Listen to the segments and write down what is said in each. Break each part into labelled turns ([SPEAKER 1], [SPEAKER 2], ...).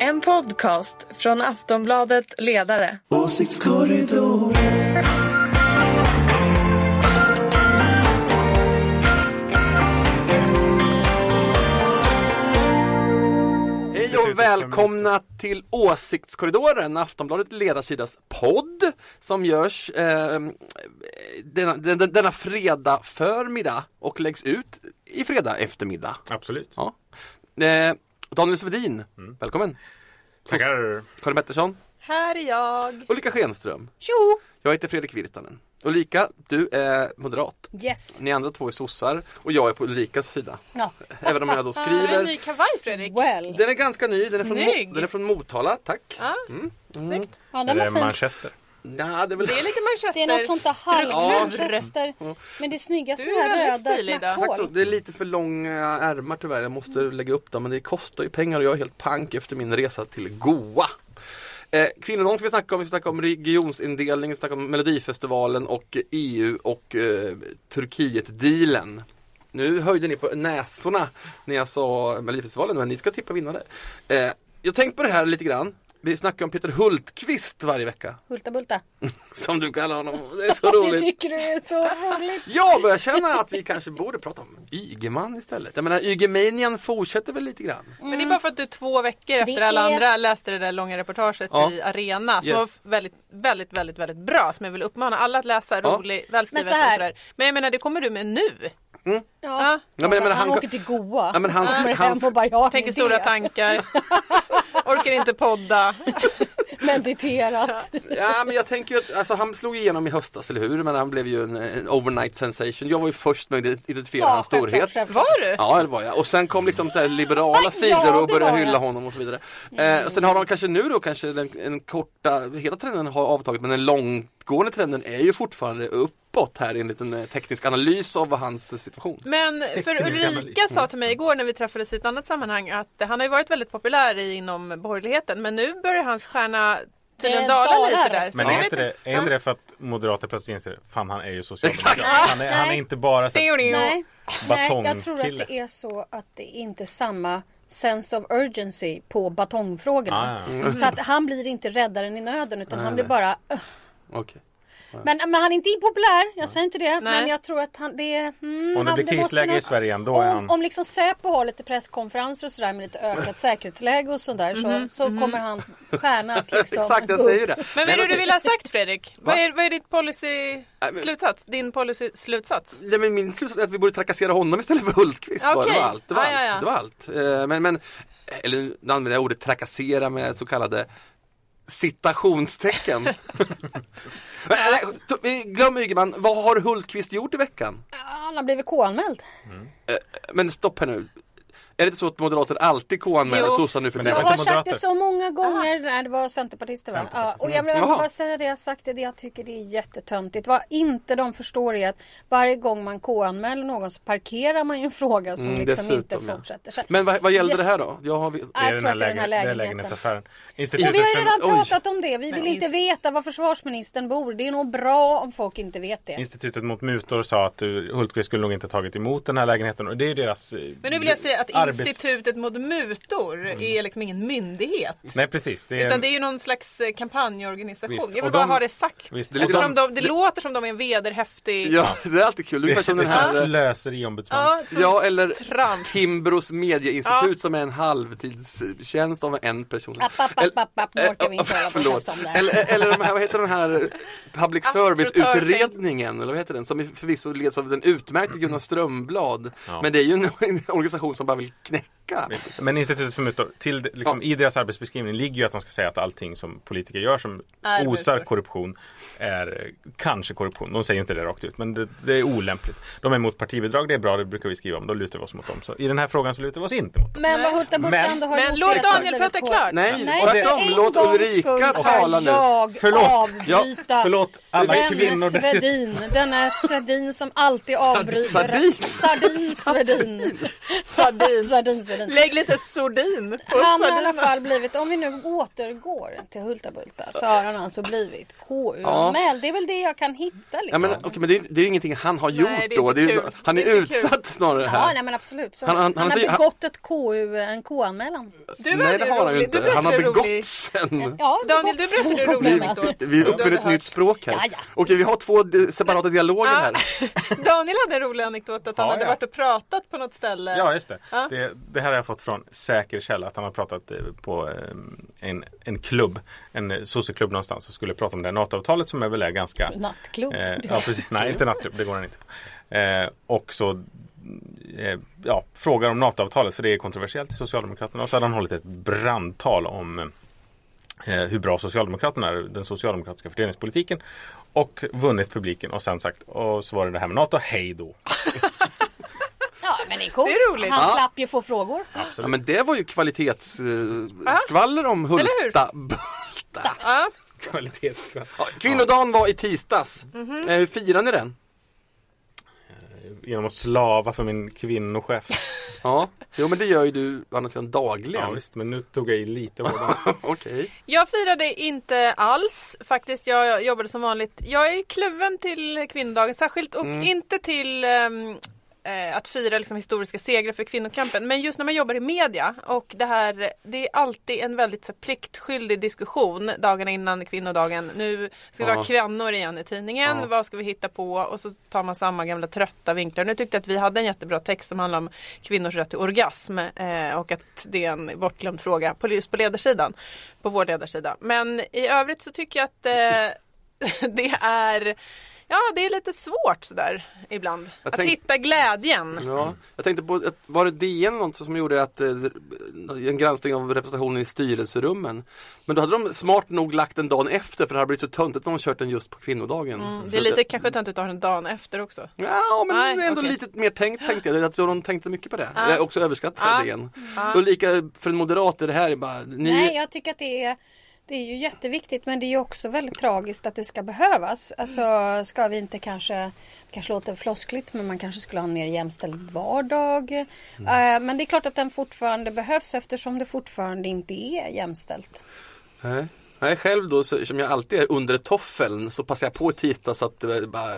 [SPEAKER 1] En podcast från Aftonbladet Ledare.
[SPEAKER 2] Hej och välkomna till Åsiktskorridoren, Aftonbladet Ledarsidas podd som görs eh, denna, den, den- denna fredag förmiddag och läggs ut i fredag eftermiddag.
[SPEAKER 3] Absolut.
[SPEAKER 2] Ja. Eh, Daniel Svedin, välkommen!
[SPEAKER 3] Tackar.
[SPEAKER 2] Karin Pettersson,
[SPEAKER 4] Här är jag.
[SPEAKER 2] Ulrika Schenström.
[SPEAKER 4] Tjo!
[SPEAKER 2] Jag heter Fredrik Virtanen. Ulrika, du är moderat.
[SPEAKER 4] Yes.
[SPEAKER 2] Ni andra två är sossar och jag är på Ulrikas sida.
[SPEAKER 4] Ja.
[SPEAKER 2] Även om jag då
[SPEAKER 5] Skriver... En ny
[SPEAKER 2] skriver.
[SPEAKER 5] kavaj Fredrik.
[SPEAKER 4] Well.
[SPEAKER 2] Den är ganska ny, den är från, Mo-
[SPEAKER 5] Snygg.
[SPEAKER 2] den är från Motala, tack.
[SPEAKER 5] Ja,
[SPEAKER 4] Ja,
[SPEAKER 3] Är
[SPEAKER 4] den var
[SPEAKER 3] det
[SPEAKER 4] fin.
[SPEAKER 3] eh, Manchester?
[SPEAKER 2] Nja, det är väl...
[SPEAKER 5] Det är lite
[SPEAKER 4] Det är något
[SPEAKER 5] Manchester.
[SPEAKER 4] sånt där halvmanchester.
[SPEAKER 2] Mm.
[SPEAKER 4] Men det snyggaste
[SPEAKER 5] Du är
[SPEAKER 4] är
[SPEAKER 5] väldigt
[SPEAKER 4] röda
[SPEAKER 5] stilig idag.
[SPEAKER 2] Tack så.
[SPEAKER 4] knapphål.
[SPEAKER 2] Det är lite för långa ärmar tyvärr. Jag måste lägga upp dem. Men det kostar ju pengar och jag är helt pank efter min resa till Goa. Eh, kvinnodom ska vi snacka om. Vi ska snacka om regionsindelning, vi ska snacka om Melodifestivalen och EU och eh, Turkiet-dealen. Nu höjde ni på näsorna när jag sa Melodifestivalen, men ni ska tippa vinnare. Eh, jag tänkte på det här lite grann. Vi snackar om Peter Hultqvist varje vecka.
[SPEAKER 4] Hulta bulta.
[SPEAKER 2] Som du kallar honom. Det är så
[SPEAKER 4] Det
[SPEAKER 2] roligt.
[SPEAKER 4] tycker du är så roligt.
[SPEAKER 2] Jag börjar känna att vi kanske borde prata om Ygeman istället. Jag menar Ygemanien fortsätter väl lite grann.
[SPEAKER 5] Men det är bara för att du två veckor efter
[SPEAKER 4] mm. Det
[SPEAKER 5] alla
[SPEAKER 4] är-
[SPEAKER 5] andra läste det där långa reportaget
[SPEAKER 2] Ja.
[SPEAKER 5] i Arena som
[SPEAKER 2] Yes.
[SPEAKER 5] var väldigt, väldigt, väldigt, väldigt bra som jag vill uppmana alla att läsa.
[SPEAKER 2] Ja.
[SPEAKER 5] Rolig, välskrivet
[SPEAKER 4] Men så här-
[SPEAKER 5] och sådär. Men jag menar det kommer du med nu.
[SPEAKER 4] Ja.
[SPEAKER 2] Ja, men, jag menar,
[SPEAKER 4] han,
[SPEAKER 2] han,
[SPEAKER 4] åker till Goa.
[SPEAKER 2] Ja, men hans-
[SPEAKER 4] han kommer hem
[SPEAKER 2] hans-
[SPEAKER 4] på Bayard
[SPEAKER 5] Tänker
[SPEAKER 4] med
[SPEAKER 5] stora
[SPEAKER 4] det.
[SPEAKER 5] tankar. Orkar inte podda.
[SPEAKER 4] Mediterat.
[SPEAKER 2] ja, men jag tänker ju att alltså, han slog igenom i höstas, eller hur? Men han blev ju en, en overnight sensation. Jag var ju först med att identifiera hans storhet.
[SPEAKER 5] Var du?
[SPEAKER 2] Ja det var jag och sen kom liksom så här liberala sidor
[SPEAKER 4] Ja,
[SPEAKER 2] och
[SPEAKER 4] det
[SPEAKER 2] började
[SPEAKER 4] var jag.
[SPEAKER 2] hylla honom och så vidare. Eh, och sen har de kanske nu då kanske den, den korta, hela trenden har avtagit men den långtgående trenden är ju fortfarande uppåt här enligt en eh, teknisk analys av hans eh, situation.
[SPEAKER 5] Men för Ulrika sa till mig igår när vi träffades i ett annat sammanhang att han har ju varit väldigt populär i- inom borgerligheten men nu börjar hans stjärna tydligen
[SPEAKER 4] Det
[SPEAKER 5] dala
[SPEAKER 4] dalar.
[SPEAKER 5] lite där. Så
[SPEAKER 3] Men
[SPEAKER 5] jag
[SPEAKER 3] är
[SPEAKER 5] vet
[SPEAKER 3] inte, det, är inte det för att moderater plötsligt inser fan han är ju socialdemokrat.
[SPEAKER 2] Exakt!
[SPEAKER 3] Han är, han är
[SPEAKER 4] Nej.
[SPEAKER 3] inte bara så här,
[SPEAKER 4] Nej. Nej, jag tror att
[SPEAKER 3] Batongkille.
[SPEAKER 4] det är så att det inte är samma sense of urgency på
[SPEAKER 3] Ah,
[SPEAKER 4] batongfrågorna.
[SPEAKER 3] ja.
[SPEAKER 4] Så att han blir inte räddaren i nöden utan han blir bara "Ugh."
[SPEAKER 2] Okej.
[SPEAKER 4] men, men han är inte impopulär, jag säger inte det.
[SPEAKER 5] Nej.
[SPEAKER 4] Men jag tror att han, det är... Mm,
[SPEAKER 3] Om det
[SPEAKER 4] han-
[SPEAKER 3] blir
[SPEAKER 4] måste
[SPEAKER 3] krisläge
[SPEAKER 4] nog-
[SPEAKER 3] i Sverige igen, då är
[SPEAKER 4] Om,
[SPEAKER 3] han...
[SPEAKER 4] om liksom Säpo har lite presskonferenser och sådär med lite ökat säkerhetsläge och sådär så, så kommer hans stjärna att liksom...
[SPEAKER 2] Exakt, jag
[SPEAKER 4] gå upp.
[SPEAKER 2] säger ju det.
[SPEAKER 5] Men vad är det du vill ha sagt Fredrik? Vad är, vad är ditt
[SPEAKER 2] men-
[SPEAKER 5] policy-slutsats? Din policy-slutsats?
[SPEAKER 2] Ja, men min slutsats är att vi borde trakassera honom istället för Hultqvist. var Det Det
[SPEAKER 5] Okej.
[SPEAKER 2] var allt. Det var
[SPEAKER 5] Ja, ja, ja.
[SPEAKER 2] allt. Det var allt. Eh, Men, men, eller nu använder jag ordet trakassera med så kallade citationstecken. Men, eller, to- vi- Glöm Ygeman, vad har Hultqvist gjort i veckan? Eh,
[SPEAKER 4] Han har blivit K-anmäld.
[SPEAKER 2] Men stopp här nu. Är det inte så att moderater alltid
[SPEAKER 5] Jo.
[SPEAKER 2] KU-anmäler sossar nu för
[SPEAKER 3] Men det var
[SPEAKER 4] Jag
[SPEAKER 2] tiden?
[SPEAKER 4] har
[SPEAKER 3] inte
[SPEAKER 4] sagt det
[SPEAKER 3] moderater.
[SPEAKER 4] så många gånger. Nej, det var centerpartister va? Ja, och jag vill
[SPEAKER 2] Jaha.
[SPEAKER 4] bara säga det jag har sagt. Det det jag tycker det är jättetöntigt. Vad inte de förstår är att varje gång man K-anmäler någon så parkerar man ju en fråga som
[SPEAKER 2] Mm,
[SPEAKER 4] liksom inte
[SPEAKER 2] dessutom, ja.
[SPEAKER 4] fortsätter. Så,
[SPEAKER 2] Men vad, vad gällde det här då? Jag har, vi-
[SPEAKER 4] Ja, jag tror att det är den
[SPEAKER 3] lägen- det är
[SPEAKER 4] här lägenheten.
[SPEAKER 3] lägenhetsaffären.
[SPEAKER 4] Ja,
[SPEAKER 3] Institutet
[SPEAKER 4] vi har ju
[SPEAKER 3] för-
[SPEAKER 4] redan
[SPEAKER 2] Oj.
[SPEAKER 4] pratat om det. Vi vill inte veta var försvarsministern bor. Det är nog bra om folk inte vet det.
[SPEAKER 3] Institutet mot mutor sa att uh, Hultqvist skulle nog inte tagit emot den här lägenheten och det är ju deras eh,
[SPEAKER 5] Men nu vill jag säga att
[SPEAKER 3] arbets-
[SPEAKER 5] Institutet mot mutor är liksom ingen myndighet.
[SPEAKER 3] Nej precis. Det är,
[SPEAKER 5] Utan det är ju någon slags eh, kampanjorganisation.
[SPEAKER 3] Visst,
[SPEAKER 5] Jag vill
[SPEAKER 3] och
[SPEAKER 5] bara
[SPEAKER 3] de-
[SPEAKER 5] ha det sagt.
[SPEAKER 3] visst,
[SPEAKER 5] det,
[SPEAKER 3] det är lite-
[SPEAKER 5] de, det låter som de är en vederhäftig...
[SPEAKER 2] ja, det är alltid kul.
[SPEAKER 3] det,
[SPEAKER 2] Ungefär
[SPEAKER 3] det,
[SPEAKER 2] som
[SPEAKER 3] det är
[SPEAKER 2] den
[SPEAKER 3] som
[SPEAKER 2] här eh,
[SPEAKER 3] slöseriombudsman.
[SPEAKER 5] Ja, som
[SPEAKER 2] Ja eller
[SPEAKER 5] Trump.
[SPEAKER 2] Timbros medieinstitut
[SPEAKER 5] Ja.
[SPEAKER 2] som är en halvtidstjänst av en person.
[SPEAKER 4] App, app, app, app, app. Nu orkar vi inte
[SPEAKER 2] Eh,
[SPEAKER 4] hålla på och
[SPEAKER 2] förlåt.
[SPEAKER 4] tjafsa om det här.
[SPEAKER 2] Eller, eller de här, vad heter den här public service-utredningen, eller vad heter den, som är förvisso leds av den utmärkte Gunnar Strömblad.
[SPEAKER 3] Ja.
[SPEAKER 2] Men det är ju en, en organisation som bara vill knäcka.
[SPEAKER 3] Men Institutet för mutor, till, det- liksom, i deras arbetsbeskrivning ligger ju att de ska säga att allting som politiker gör som
[SPEAKER 5] Är
[SPEAKER 3] osar
[SPEAKER 5] mutor.
[SPEAKER 3] korruption är eh, kanske korruption. De säger inte det rakt ut men det, det är olämpligt. De är emot partibidrag, det är bra, det brukar vi skriva om. Då lutar vi oss mot dem. Så i den här frågan så lutar vi oss inte mot dem.
[SPEAKER 4] Men vad Hulta Bulta
[SPEAKER 3] Men-
[SPEAKER 4] ändå har
[SPEAKER 5] Men
[SPEAKER 4] gjort
[SPEAKER 5] låt
[SPEAKER 4] är att han
[SPEAKER 5] Daniel
[SPEAKER 4] blivit
[SPEAKER 5] prata
[SPEAKER 4] K-
[SPEAKER 5] klart.
[SPEAKER 2] Nej,
[SPEAKER 4] Nej,
[SPEAKER 2] tvärtom,
[SPEAKER 4] en
[SPEAKER 2] låt
[SPEAKER 4] gångs
[SPEAKER 2] Ulrika
[SPEAKER 4] skull ska
[SPEAKER 2] tala nu.
[SPEAKER 4] jag
[SPEAKER 3] Förlåt.
[SPEAKER 4] avbryta.
[SPEAKER 3] Förlåt alla
[SPEAKER 4] Vem
[SPEAKER 3] kvinnor där ute.
[SPEAKER 4] Svedin? Denna Svedin som alltid avbryter.
[SPEAKER 2] Sardin.
[SPEAKER 4] Sardin Svedin. Sardin Svedin. Svedin.
[SPEAKER 5] Lägg lite sordin på
[SPEAKER 4] Han har i alla
[SPEAKER 5] sardinerna.
[SPEAKER 4] fall blivit, om vi nu återgår till Hultabulta, så har han alltså blivit KU-anmäld. Det är väl det jag kan hitta liksom.
[SPEAKER 2] Ja, men, okej, men det, är, det är ingenting han har
[SPEAKER 5] Nej,
[SPEAKER 2] gjort
[SPEAKER 5] det är
[SPEAKER 2] då.
[SPEAKER 5] inte
[SPEAKER 2] Det är,
[SPEAKER 5] kul.
[SPEAKER 2] han är,
[SPEAKER 5] Det är inte kul.
[SPEAKER 2] utsatt snarare
[SPEAKER 4] Ja,
[SPEAKER 2] här.
[SPEAKER 4] nej men absolut. Så.
[SPEAKER 2] Han-
[SPEAKER 4] Han,
[SPEAKER 2] han- han-
[SPEAKER 4] har
[SPEAKER 2] han-
[SPEAKER 4] begått ett KU, en KU-anmälan.
[SPEAKER 5] Du
[SPEAKER 2] Nej det
[SPEAKER 5] hade ju
[SPEAKER 2] har han ju
[SPEAKER 5] rolig-
[SPEAKER 2] inte.
[SPEAKER 5] du
[SPEAKER 2] Han har
[SPEAKER 5] berättade rolig-
[SPEAKER 2] begåtts sen.
[SPEAKER 4] Ja,
[SPEAKER 5] Daniel, du
[SPEAKER 4] begått-
[SPEAKER 5] berättade hur rolig anekdot.
[SPEAKER 2] Vi
[SPEAKER 5] som du
[SPEAKER 2] uppfinner ett
[SPEAKER 5] hade
[SPEAKER 2] nytt
[SPEAKER 5] hört.
[SPEAKER 2] språk här.
[SPEAKER 4] Ja, ja.
[SPEAKER 2] Okej, vi har två eh, separata dialoger
[SPEAKER 5] Ja.
[SPEAKER 2] här.
[SPEAKER 5] Daniel hade en rolig anekdot att han
[SPEAKER 3] Ja,
[SPEAKER 5] hade
[SPEAKER 3] ja.
[SPEAKER 5] varit och pratat på något ställe.
[SPEAKER 3] Ja, just det.
[SPEAKER 5] Ja.
[SPEAKER 3] det. Det här har jag fått från säker källa att han har pratat eh, på eh, en, en klubb, en eh, sosseklubb någonstans och skulle prata om det här NATO-avtalet som är väl är ganska
[SPEAKER 4] Nattklubb.
[SPEAKER 3] Eh, ja, precis. Nej, inte nattklubb. Det går den inte på. Eh, och så eh, ja, frågar om NATO-avtalet för det är kontroversiellt i Socialdemokraterna. Och så hade han hållit ett brandtal om eh, hur bra Socialdemokraterna är, den socialdemokratiska fördelningspolitiken. Och vunnit publiken och sen sagt, och så var det det här med NATO, hej då.
[SPEAKER 4] Ja, men det är coolt.
[SPEAKER 5] Det är roligt.
[SPEAKER 4] Han
[SPEAKER 2] Ja.
[SPEAKER 4] slapp ju få frågor.
[SPEAKER 2] Ja, men det var ju kvalitetsskvaller om
[SPEAKER 5] Eller hur?
[SPEAKER 2] Hulta. Bulta.
[SPEAKER 5] Ja.
[SPEAKER 3] Kvalitetsskvatt.
[SPEAKER 2] Ja, kvinnodagen var i tisdags.
[SPEAKER 5] Mhm.
[SPEAKER 2] Eh, Hur firar ni den?
[SPEAKER 3] Genom att slava för min kvinnochef.
[SPEAKER 2] Ja, jo men det gör ju du å andra sidan
[SPEAKER 3] Ja,
[SPEAKER 2] dagligen.
[SPEAKER 3] visst, men nu tog jag i lite hårdare.
[SPEAKER 2] Okej.
[SPEAKER 5] Jag firade inte alls faktiskt. Jag jobbade som vanligt. Jag är kluven till kvinnodagen särskilt och inte till ehm, eh, att fira liksom, historiska segrar för kvinnokampen. Men just när man jobbar i media och det här, det är alltid en väldigt så, här, pliktskyldig diskussion dagarna innan kvinnodagen. Nu ska vi
[SPEAKER 2] Ja.
[SPEAKER 5] ha kvinnor igen i tidningen.
[SPEAKER 2] Ja.
[SPEAKER 5] Vad ska vi hitta på? Och så tar man samma gamla trötta vinklar. Nu tyckte jag att vi hade en jättebra text som handlar om kvinnors rätt till orgasm eh, och att det är en bortglömd fråga på, just på ledarsidan. På vår ledarsida. Men i övrigt så tycker jag att eh, det är Ja, det är lite svårt sådär ibland.
[SPEAKER 2] Jag
[SPEAKER 5] att
[SPEAKER 2] tänk- Mm.
[SPEAKER 5] hitta glädjen.
[SPEAKER 2] Ja, jag tänkte på, att- var det DN något som gjorde att eh, en granskning av representationen i styrelserummen? Men då hade de smart nog lagt den dagen efter för det hade blivit så töntigt om de kört den just på kvinnodagen.
[SPEAKER 5] Mm. Det är lite kanske töntigt att ha den dagen efter också.
[SPEAKER 2] Ja, men
[SPEAKER 5] Nej,
[SPEAKER 2] det är ändå
[SPEAKER 5] okej.
[SPEAKER 2] lite mer tänkt tänkte jag. Att de tänkte mycket på det. Det är också överskattat
[SPEAKER 5] Ja.
[SPEAKER 2] ah. DN. Ulrika, för en moderat är det här bara, ni,
[SPEAKER 4] Nej, jag tycker att det är det är ju jätteviktigt men det är ju också väldigt tragiskt att det ska behövas. Alltså ska vi inte kanske, det kanske låter floskligt men man kanske skulle ha en mer jämställd vardag.
[SPEAKER 3] Mm.
[SPEAKER 4] Eh, Men det är klart att den fortfarande behövs eftersom det fortfarande inte är jämställt.
[SPEAKER 2] Nej. Nej, själv då så, som jag alltid är under toffeln så passar jag på i tisdags att eh, bara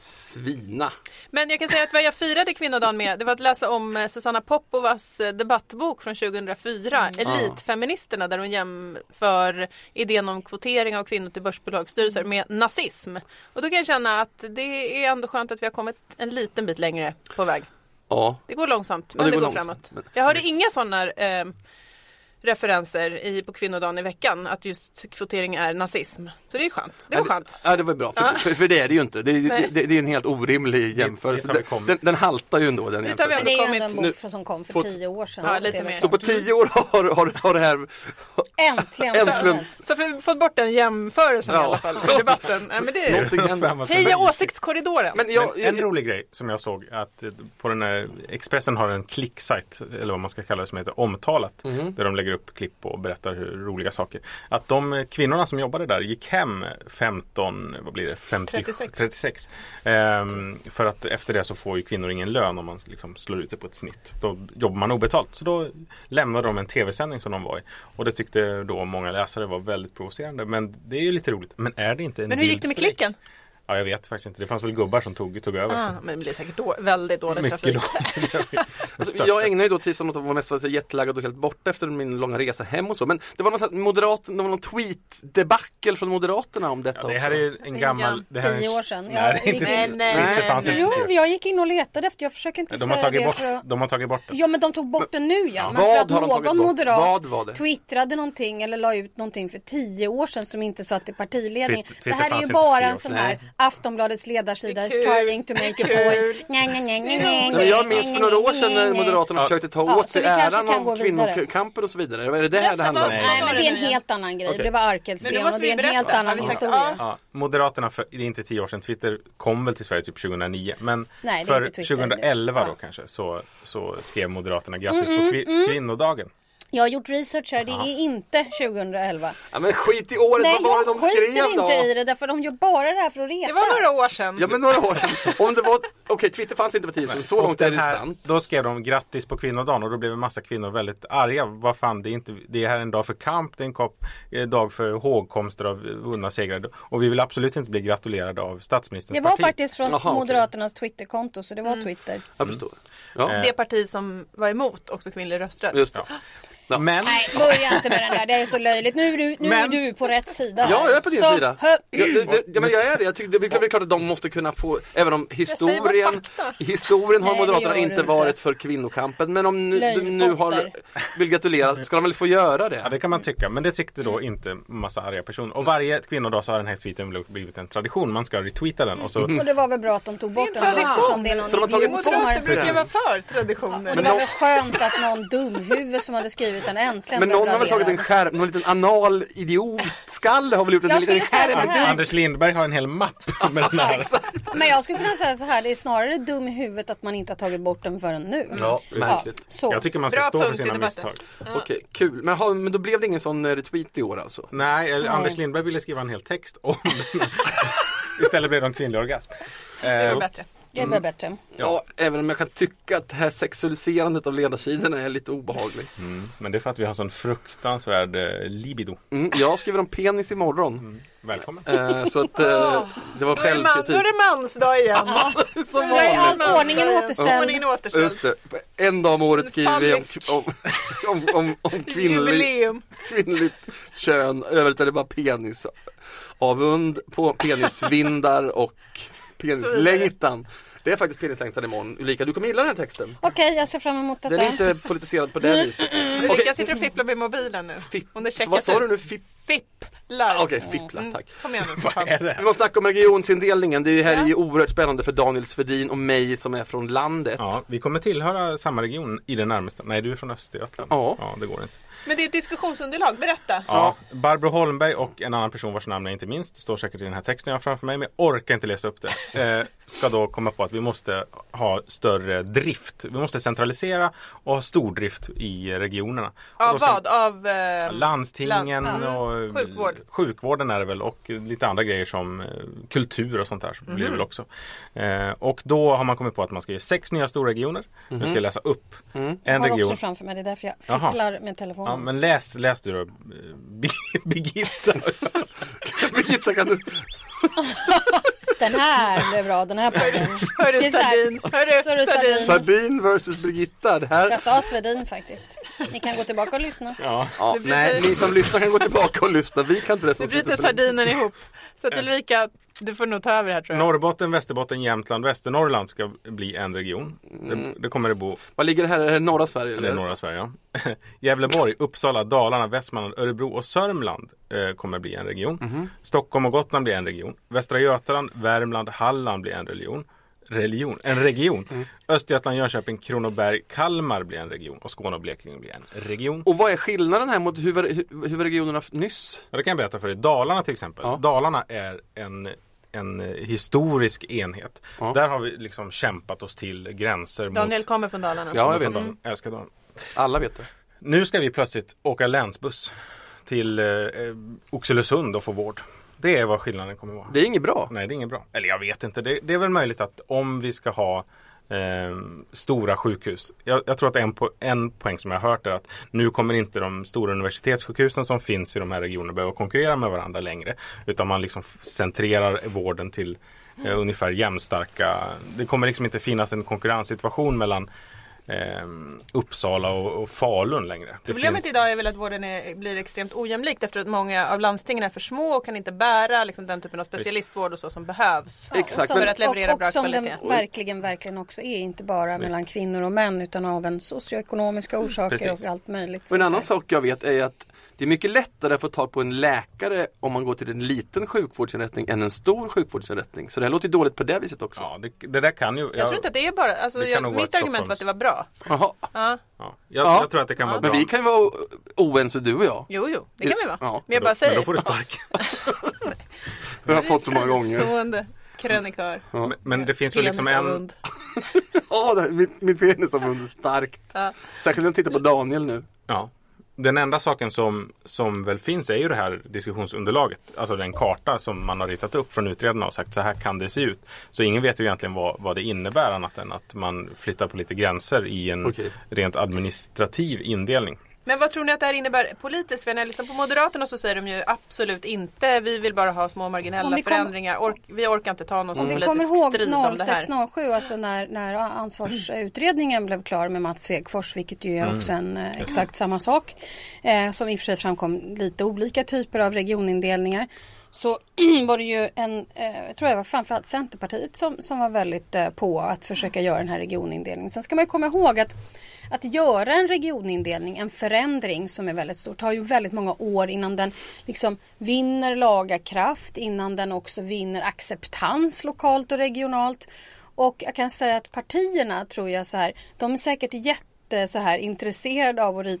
[SPEAKER 2] svina.
[SPEAKER 5] Men jag kan säga att vad jag firade kvinnodagen med det var att läsa om eh, Susanna Popovas eh, debattbok från
[SPEAKER 2] Mm.
[SPEAKER 5] 2004, Elitfeministerna, där hon jämför idén om kvotering av kvinnor till börsbolagsstyrelser
[SPEAKER 2] Mm.
[SPEAKER 5] med nazism. Och då kan jag känna att det är ändå skönt att vi har kommit en liten bit längre på väg.
[SPEAKER 2] Ja,
[SPEAKER 5] Det går långsamt, men
[SPEAKER 2] det
[SPEAKER 5] det,
[SPEAKER 2] går
[SPEAKER 5] går,
[SPEAKER 2] långsamt,
[SPEAKER 5] framåt.
[SPEAKER 2] men-
[SPEAKER 5] Jag hörde inga sådana eh, referenser i, på kvinnodagen i veckan, att just kvotering är nazism. Så det är skönt. Det var skönt.
[SPEAKER 2] Ja det var bra, för, för, för det är det ju inte. Det, är-
[SPEAKER 5] Nej.
[SPEAKER 2] det, det är en helt orimlig jämförelse.
[SPEAKER 3] tar vi kommit.
[SPEAKER 2] Den, den haltar ju ändå den
[SPEAKER 5] tar vi
[SPEAKER 4] Men
[SPEAKER 2] jämförelsen.
[SPEAKER 4] det är ju
[SPEAKER 5] kommit
[SPEAKER 4] ändå en
[SPEAKER 2] nu-
[SPEAKER 4] bok för- som kom
[SPEAKER 2] på-
[SPEAKER 4] för tio år sedan.
[SPEAKER 5] Ja,
[SPEAKER 4] så det är
[SPEAKER 5] lite
[SPEAKER 4] väl
[SPEAKER 5] mer.
[SPEAKER 2] Så
[SPEAKER 4] klart.
[SPEAKER 2] på tio år har, har, har det här
[SPEAKER 4] Äntligen!
[SPEAKER 2] Äntligen.
[SPEAKER 4] föddes.
[SPEAKER 5] Så vi har fått bort den jämförelsen
[SPEAKER 2] Ja.
[SPEAKER 5] i alla fall i debatten. Nej, men det är...
[SPEAKER 2] någonting
[SPEAKER 3] Jag svämmar
[SPEAKER 2] händer.
[SPEAKER 3] för
[SPEAKER 5] Heja
[SPEAKER 3] mig.
[SPEAKER 5] åsiktskorridoren!
[SPEAKER 2] Men
[SPEAKER 3] Men
[SPEAKER 2] jag,
[SPEAKER 3] en
[SPEAKER 2] jag,
[SPEAKER 3] rolig grej som jag såg att eh, på den här Expressen har en klicksajt eller vad man ska kalla det som heter Omtalat.
[SPEAKER 2] Mhm.
[SPEAKER 3] Där de lägger upp klipp och berättar hur roliga saker. Att de eh, kvinnorna som jobbade där gick hem 15, vad blir det? 50,
[SPEAKER 5] 36.
[SPEAKER 3] 36. Ehm, för att efter det så får ju kvinnor ingen lön om man liksom slår ut det på ett snitt. Då jobbar man obetalt. Så då lämnade de en tv-sändning som de var i. Och det tyckte då många läsare var väldigt provocerande. Men det är ju lite roligt. Men är det inte en
[SPEAKER 5] Men hur gick
[SPEAKER 3] vild
[SPEAKER 5] det med
[SPEAKER 3] strejk?
[SPEAKER 5] klicken?
[SPEAKER 3] Ja, jag vet faktiskt inte. Det fanns väl gubbar som tog, tog över.
[SPEAKER 5] Ah, men det blir säkert då, väldigt dålig
[SPEAKER 3] Mycket
[SPEAKER 5] trafik.
[SPEAKER 3] dålig trafik.
[SPEAKER 2] alltså, jag ägnade ju då tisdagen åt att vara mest för att säga jetlaggad och helt borta efter min långa resa hem och så. Men det var någon, sån här moderat, det var någon tweet-debacle från Moderaterna om detta
[SPEAKER 3] Ja, det här
[SPEAKER 2] också.
[SPEAKER 3] är en gammal... Det här är en-
[SPEAKER 4] Tio år sedan.
[SPEAKER 3] Nej, det är inte,
[SPEAKER 4] Nej,
[SPEAKER 5] nej.
[SPEAKER 3] Twitter fanns inte.
[SPEAKER 4] Jo, jag gick in och letade efter. Jag försöker inte
[SPEAKER 3] De har,
[SPEAKER 4] säga
[SPEAKER 3] tagit
[SPEAKER 4] det.
[SPEAKER 3] bort,
[SPEAKER 4] för att-
[SPEAKER 3] de har tagit bort det.
[SPEAKER 4] Ja men de tog bort den nu ja. Men
[SPEAKER 2] Vad
[SPEAKER 4] för att
[SPEAKER 2] har de
[SPEAKER 4] någon
[SPEAKER 2] tagit bort?
[SPEAKER 4] moderat
[SPEAKER 2] Vad var det?
[SPEAKER 4] twittrade någonting eller la ut någonting för tio år sedan som inte satt i partiledningen.
[SPEAKER 3] Twitter-
[SPEAKER 4] det
[SPEAKER 3] Twitter
[SPEAKER 4] här
[SPEAKER 3] fanns
[SPEAKER 4] är ju
[SPEAKER 3] inte för tio
[SPEAKER 4] bara
[SPEAKER 3] år
[SPEAKER 4] en sån
[SPEAKER 2] sedan.
[SPEAKER 4] här Aftonbladets
[SPEAKER 5] Det
[SPEAKER 4] ledarsida
[SPEAKER 5] är
[SPEAKER 4] is
[SPEAKER 5] kul.
[SPEAKER 4] trying to make a
[SPEAKER 5] Det är
[SPEAKER 4] point. Nej, nej, nej, nej, nej,
[SPEAKER 2] Nej, men jag
[SPEAKER 4] nej,
[SPEAKER 2] minns för
[SPEAKER 4] nej,
[SPEAKER 2] några
[SPEAKER 4] nej,
[SPEAKER 2] år sedan
[SPEAKER 4] nej,
[SPEAKER 2] när
[SPEAKER 4] nej.
[SPEAKER 2] Moderaterna
[SPEAKER 3] Ja.
[SPEAKER 2] försöka ta
[SPEAKER 4] Ja,
[SPEAKER 2] åt
[SPEAKER 4] så
[SPEAKER 2] sig
[SPEAKER 4] vi kanske
[SPEAKER 2] äran
[SPEAKER 4] kan gå
[SPEAKER 2] av
[SPEAKER 4] vidare.
[SPEAKER 2] kvinnokampen och så vidare. Vad Är det det här det handlar om?
[SPEAKER 5] Nej.
[SPEAKER 4] Nej men det är en
[SPEAKER 5] Nej.
[SPEAKER 4] helt annan grej.
[SPEAKER 2] Okej.
[SPEAKER 4] Det var Arkelsten
[SPEAKER 5] Men det
[SPEAKER 4] och
[SPEAKER 5] måste
[SPEAKER 4] det är
[SPEAKER 5] vi
[SPEAKER 4] en helt
[SPEAKER 5] berätta.
[SPEAKER 4] annan
[SPEAKER 5] Ja, vi ska-
[SPEAKER 4] historia.
[SPEAKER 5] ja.
[SPEAKER 3] Ja, Moderaterna, för, det är inte tio år sedan, Twitter kom väl till Sverige typ 2009. Men
[SPEAKER 4] Nej, det är
[SPEAKER 3] för
[SPEAKER 4] inte Twitter nu.
[SPEAKER 3] 2011 då
[SPEAKER 4] Ja. Mm,
[SPEAKER 3] kanske så, så skrev Moderaterna grattis på kvi- kvinnodagen.
[SPEAKER 4] Jag har gjort research här, det är inte 2011.
[SPEAKER 2] Ja, men skit i året, vad var det de
[SPEAKER 4] skiter
[SPEAKER 2] skrev
[SPEAKER 4] inte
[SPEAKER 2] då?
[SPEAKER 4] i det därför de gör bara det här för att retas.
[SPEAKER 5] Det var några år sedan.
[SPEAKER 2] Ja men några år sedan. Om det var... Okej, Twitter fanns inte på tio sedan. Så
[SPEAKER 3] Och
[SPEAKER 2] långt är det
[SPEAKER 3] den här-
[SPEAKER 2] sant.
[SPEAKER 3] Då skrev de grattis på kvinnodagen och då blev en massa kvinnor väldigt arga. Vad fan, det är, inte, det är här en dag för kamp, det är en kopp, eh, dag för hågkomster av eh, vunna segrar. Och vi vill absolut inte bli gratulerade av statsministerns
[SPEAKER 4] Det var
[SPEAKER 3] parti.
[SPEAKER 4] faktiskt från
[SPEAKER 2] Jaha, okej.
[SPEAKER 4] Moderaternas Twitterkonto så det
[SPEAKER 5] Mm.
[SPEAKER 4] var Twitter.
[SPEAKER 3] Mm.
[SPEAKER 2] Jag förstår. Ja,
[SPEAKER 5] Det parti som var emot också kvinnlig rösträtt.
[SPEAKER 2] just det.
[SPEAKER 3] Eh, Ja. Men,
[SPEAKER 4] Nej, börja inte med den där. Det är så löjligt. Nu, är du- nu är
[SPEAKER 3] Men-
[SPEAKER 4] du på rätt sida.
[SPEAKER 2] Ja,
[SPEAKER 4] här.
[SPEAKER 2] jag är på din
[SPEAKER 4] så,
[SPEAKER 2] sida.
[SPEAKER 4] hö-
[SPEAKER 2] Ja, det, det, ja, men jag är det. Jag tycker det, det är klart att de måste kunna få, även om
[SPEAKER 5] säger bara
[SPEAKER 2] historien,
[SPEAKER 5] fakta.
[SPEAKER 2] i historien har
[SPEAKER 4] Nej, det gör
[SPEAKER 2] Moderaterna
[SPEAKER 4] du
[SPEAKER 2] inte
[SPEAKER 4] inte.
[SPEAKER 2] varit för kvinnokampen. Men om nu, du nu
[SPEAKER 4] Löjligheten.
[SPEAKER 2] har, vill gratulera, ska de väl få göra
[SPEAKER 3] ja,
[SPEAKER 2] det?
[SPEAKER 3] det kan man tycka, men det tyckte då inte en massa arga personer. Och varje kvinnodag så har den här tweeten blivit en tradition. Man ska retweeta den och så
[SPEAKER 4] Och det var väl bra att de tog bort
[SPEAKER 5] Det
[SPEAKER 4] den
[SPEAKER 5] är en
[SPEAKER 4] då,
[SPEAKER 5] tradition.
[SPEAKER 4] eftersom det är någon
[SPEAKER 2] Så de har tagit
[SPEAKER 4] idiot som har...
[SPEAKER 5] Moderater
[SPEAKER 4] Och
[SPEAKER 5] brukar vara för traditioner.
[SPEAKER 4] det
[SPEAKER 2] Men
[SPEAKER 4] var
[SPEAKER 2] någon-
[SPEAKER 4] väl skönt att någon dumhuvud som hade skrivit den äntligen
[SPEAKER 2] Men
[SPEAKER 4] blev
[SPEAKER 2] någon har väl tagit en
[SPEAKER 4] raderad.
[SPEAKER 2] skärm, någon liten anal idiotskalle har väl gjort en
[SPEAKER 4] Jag
[SPEAKER 2] liten
[SPEAKER 4] skulle säga så
[SPEAKER 2] skärm.
[SPEAKER 4] här. Nej.
[SPEAKER 3] Anders Lindberg har en hel mapp med den här.
[SPEAKER 4] Men jag skulle kunna säga så här, det är snarare dum i huvudet att man inte har tagit bort den förrän nu.
[SPEAKER 2] Ja, märkligt.
[SPEAKER 4] så.
[SPEAKER 3] Jag tycker man ska
[SPEAKER 5] Bra
[SPEAKER 3] stå för
[SPEAKER 5] punkt i
[SPEAKER 3] sina
[SPEAKER 5] debatten.
[SPEAKER 3] misstag.
[SPEAKER 2] Okej, kul. Men, ha, men då blev det ingen sån eh, retweet i år alltså?
[SPEAKER 3] Nej, eller Anders Lindberg ville skriva en hel text om den. Istället blev det en kvinnlig orgasm.
[SPEAKER 5] Det
[SPEAKER 3] Eh,
[SPEAKER 5] var bättre.
[SPEAKER 4] Det är väl bättre.
[SPEAKER 2] Ja, även om jag kan tycka att det här sexualiserandet av ledarsidorna är lite obehagligt.
[SPEAKER 3] Mm, Men det är för att vi har sån fruktansvärd eh, libido.
[SPEAKER 2] Mm, jag skriver om penis imorgon.
[SPEAKER 3] Välkommen!
[SPEAKER 2] Eh, så att eh, det var
[SPEAKER 5] Då är, man, då
[SPEAKER 2] självkritik.
[SPEAKER 5] är det mansdag igen.
[SPEAKER 2] Som
[SPEAKER 4] Då är
[SPEAKER 2] vanligt.
[SPEAKER 4] allt ordningen
[SPEAKER 5] Ordningen
[SPEAKER 4] återställd.
[SPEAKER 5] återställd.
[SPEAKER 2] Just det. En dag om året skriver vi om,
[SPEAKER 5] Fallisk.
[SPEAKER 2] om, om, om, om kvinnlig,
[SPEAKER 5] Jubileum.
[SPEAKER 2] kvinnligt kön. I övrigt är det bara penis avund på penisvindar och penislängtan. Det är faktiskt penislängtan imorgon. Ulrika, du kommer gilla den här texten.
[SPEAKER 4] Okej, jag ser fram emot
[SPEAKER 2] Den är
[SPEAKER 4] detta.
[SPEAKER 2] inte politiserad på det viset.
[SPEAKER 5] Ulrika sitter och fipplar med mobilen nu.
[SPEAKER 2] Fipp,
[SPEAKER 5] Hon är checkat
[SPEAKER 2] vad sa
[SPEAKER 5] ut.
[SPEAKER 2] du nu? Fipp?
[SPEAKER 5] Fipplar.
[SPEAKER 2] Okej, fippla,
[SPEAKER 5] Mm,
[SPEAKER 2] tack.
[SPEAKER 5] Kom igen nu. för
[SPEAKER 3] Vad
[SPEAKER 5] fan.
[SPEAKER 3] är det?
[SPEAKER 2] Vi måste snacka om regionsindelningen. Det är ju- här är ju oerhört spännande för Daniel Svedin och mig som är från landet.
[SPEAKER 3] Ja, vi kommer tillhöra samma region i det närmaste. Nej, du är från Östergötland.
[SPEAKER 2] Ja.
[SPEAKER 3] ja det går inte.
[SPEAKER 5] Men det är ett diskussionsunderlag, berätta.
[SPEAKER 3] Ja, Barbro Holmberg och en annan person vars namn jag inte minns, det står säkert i den här texten jag har framför mig, men jag orkar inte läsa upp det. Eh, ska då komma på att vi måste ha större drift. Vi måste centralisera och ha stordrift i eh, regionerna. Och
[SPEAKER 5] Av
[SPEAKER 3] då ska-
[SPEAKER 5] vad? Av... Eh,
[SPEAKER 3] Landstingen
[SPEAKER 5] Land- ja.
[SPEAKER 3] och eh,
[SPEAKER 5] Sjukvård.
[SPEAKER 3] sjukvården är det väl och lite andra grejer som eh, kultur och sånt där. Så blir det väl också. Eh, och då har man kommit på att man ska göra sex nya storregioner. Nu ska jag läsa upp en
[SPEAKER 4] Jag har
[SPEAKER 3] region.
[SPEAKER 4] också framför mig, det är därför jag
[SPEAKER 3] Jaha.
[SPEAKER 4] fipplar med
[SPEAKER 3] Ja,
[SPEAKER 4] telefonen.
[SPEAKER 3] men läs, läs du då eh, Bi- Birgitta.
[SPEAKER 2] Birgitta, kan du...
[SPEAKER 4] Den här blev bra, den här podden.
[SPEAKER 5] hörru
[SPEAKER 4] Det är så här-
[SPEAKER 5] Sardin. Hörru
[SPEAKER 4] Så är det
[SPEAKER 5] Sardin.
[SPEAKER 4] Sardin.
[SPEAKER 2] Sardin versus Birgitta. Det här...
[SPEAKER 4] Jag sa Svedin faktiskt. Ni kan gå tillbaka och lyssna.
[SPEAKER 3] Ja.
[SPEAKER 2] Ja,
[SPEAKER 5] Det blir-
[SPEAKER 2] nej, ni som lyssnar kan gå tillbaka och lyssna. Vi kan inte det som
[SPEAKER 5] Nu bryter
[SPEAKER 2] sitter på
[SPEAKER 5] sardinen ihop. Så att Ulrika, du får nog ta över här tror jag.
[SPEAKER 3] Norrbotten, Västerbotten, Jämtland, Västernorrland ska bli en region. Det, det kommer det bo
[SPEAKER 2] Var ligger det här? Är det norra Sverige?
[SPEAKER 3] Eller norra Sverige. ja. Gävleborg, Uppsala, Dalarna, Västmanland, Örebro och Sörmland eh, kommer bli en region. Stockholm och Gotland blir en region. Västra Götaland, Värmland, Halland blir en region. Religion, en region. Östergötland, Jönköping, Kronoberg, Kalmar blir en region och Skåne och Blekinge blir en region.
[SPEAKER 2] Och vad är skillnaden här mot huvud, hu- huvudregionerna f- nyss?
[SPEAKER 3] Ja, det kan jag berätta för dig. Dalarna till exempel.
[SPEAKER 2] Ja.
[SPEAKER 3] Dalarna är en, en eh, historisk enhet.
[SPEAKER 2] Ja.
[SPEAKER 3] Där har vi liksom kämpat oss till gränser
[SPEAKER 5] Daniel
[SPEAKER 3] mot...
[SPEAKER 5] kommer från Dalarna.
[SPEAKER 2] Ja, jag vet.
[SPEAKER 3] Mm. Jag älskar Dalarna.
[SPEAKER 2] Alla vet det.
[SPEAKER 3] Nu ska vi plötsligt åka länsbuss till eh, eh, Oxelösund och få vård. Det är vad skillnaden kommer vara.
[SPEAKER 2] Det är inget bra.
[SPEAKER 3] Nej, det är inget bra. Eller jag vet inte. Det, det är väl möjligt att om vi ska ha eh, stora sjukhus. Jag, jag tror att en, po- en poäng som jag har hört är att nu kommer inte de stora universitetssjukhusen som finns i de här regionerna behöva konkurrera med varandra längre. Utan man liksom f- centrerar vården till eh, ungefär jämnstarka. Det kommer liksom inte finnas en konkurrenssituation mellan eh, Uppsala och, och Falun längre. Det
[SPEAKER 5] Problemet
[SPEAKER 3] finns-
[SPEAKER 5] idag är väl att vården är, blir extremt ojämlikt efter att många av landstingen är för små och kan inte bära liksom, den typen av specialistvård och så som behövs.
[SPEAKER 2] Exakt.
[SPEAKER 5] För
[SPEAKER 2] Men,
[SPEAKER 5] att leverera
[SPEAKER 4] och,
[SPEAKER 5] bra
[SPEAKER 4] och som den
[SPEAKER 5] kvalitet.
[SPEAKER 4] verkligen, verkligen också är, inte bara mellan kvinnor och män utan även socioekonomiska orsaker
[SPEAKER 3] Precis.
[SPEAKER 4] och allt möjligt.
[SPEAKER 2] och en
[SPEAKER 4] sånt
[SPEAKER 2] annan
[SPEAKER 4] där.
[SPEAKER 2] sak jag vet är att det är mycket lättare att få tag på en läkare om man går till en liten sjukvårdsinrättning än en stor sjukvårdsinrättning. Så det här låter ju dåligt på det viset också.
[SPEAKER 3] Ja, det, det där kan ju...
[SPEAKER 5] Jag tror inte att det är bara, alltså,
[SPEAKER 3] Det kan nog
[SPEAKER 5] jag,
[SPEAKER 3] vara
[SPEAKER 5] mitt
[SPEAKER 3] ett
[SPEAKER 5] argument var
[SPEAKER 3] Stockholms-
[SPEAKER 5] att det var bra.
[SPEAKER 2] Jaha.
[SPEAKER 5] Ja.
[SPEAKER 3] ja, jag,
[SPEAKER 2] Ja.
[SPEAKER 3] jag tror att det kan vara
[SPEAKER 2] Men
[SPEAKER 3] bra.
[SPEAKER 2] vi kan ju vara o- oense du och jag.
[SPEAKER 5] Jo, jo, det kan vi vara.
[SPEAKER 2] Ja,
[SPEAKER 5] men jag
[SPEAKER 3] Men då-
[SPEAKER 5] bara
[SPEAKER 3] men
[SPEAKER 5] säger.
[SPEAKER 3] då får du sparken.
[SPEAKER 2] Vi har fått så många gånger.
[SPEAKER 5] Stående krönikör.
[SPEAKER 3] Men, men det finns väl liksom en...
[SPEAKER 5] Penisavund.
[SPEAKER 2] Ja, det- min, min penis har vunnit starkt.
[SPEAKER 5] Ja.
[SPEAKER 2] Särskilt när jag tittar på Daniel nu.
[SPEAKER 3] Ja. den enda saken som, som väl finns är ju det här diskussionsunderlaget. Alltså den karta som man har ritat upp från utredarna och sagt så här kan det se ut. Så ingen vet ju egentligen vad, vad det innebär annat än att man flyttar på lite gränser i en
[SPEAKER 2] Okej.
[SPEAKER 3] rent administrativ indelning.
[SPEAKER 5] Men vad tror ni att det här innebär politiskt? För när jag lyssnar på Moderaterna så säger de ju absolut inte. Vi vill bara ha små
[SPEAKER 4] Om
[SPEAKER 5] marginella
[SPEAKER 4] vi kom-
[SPEAKER 5] förändringar. Ork, vi orkar inte ta någon sån
[SPEAKER 4] Om vi kommer
[SPEAKER 5] politisk
[SPEAKER 4] ihåg
[SPEAKER 5] strid om det här.
[SPEAKER 4] 0607, alltså när, när ansvarsutredningen blev klar med Mats Svegfors, vilket ju är också en eh, exakt samma sak, eh, som i och för sig framkom lite olika typer av regionindelningar. Så var det ju en, eh, jag tror jag var framförallt Centerpartiet som, som var väldigt eh, på att försöka göra den här regionindelningen. Sen ska man ju komma ihåg att att göra en regionindelning, en förändring som är väldigt stor, tar ju väldigt många år innan den liksom vinner laga kraft, innan den också vinner acceptans lokalt och regionalt. Och jag kan säga att partierna tror jag så här, de är säkert jätte så här intresserade av att rita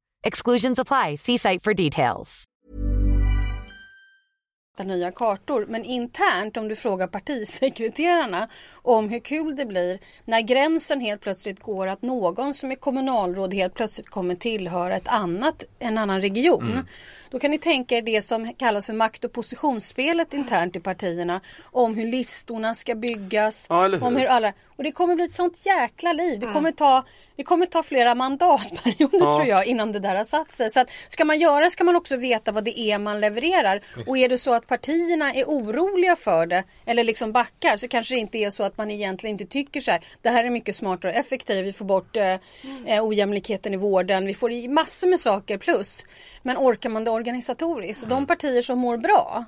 [SPEAKER 6] Exclusions apply. See site for details.
[SPEAKER 4] nya kartor. Men internt om du frågar partisekreterarna om hur kul det blir när gränsen helt plötsligt går att någon som är kommunalråd helt plötsligt kommer tillhöra ett annat, en annan region.
[SPEAKER 2] Mm.
[SPEAKER 4] Då kan ni tänka er det som kallas för makt och positionsspelet internt i partierna. Om hur listorna ska byggas.
[SPEAKER 2] Ja, eller hur?
[SPEAKER 4] Om hur alla... Och det kommer bli ett sånt jäkla liv. Det kommer ta, det kommer ta flera mandatperioder tror jag innan det där har satt sig. Så att, ska man göra ska man också veta vad det är man levererar. Och är det så att partierna är oroliga för det eller liksom backar så kanske det inte är så att man egentligen inte tycker så här. Det här är mycket smartare och effektivt. Vi får bort eh, eh, ojämlikheten i vården. Vi får i massor med saker plus. Men orkar man det organisatoriskt? Och de partier som mår bra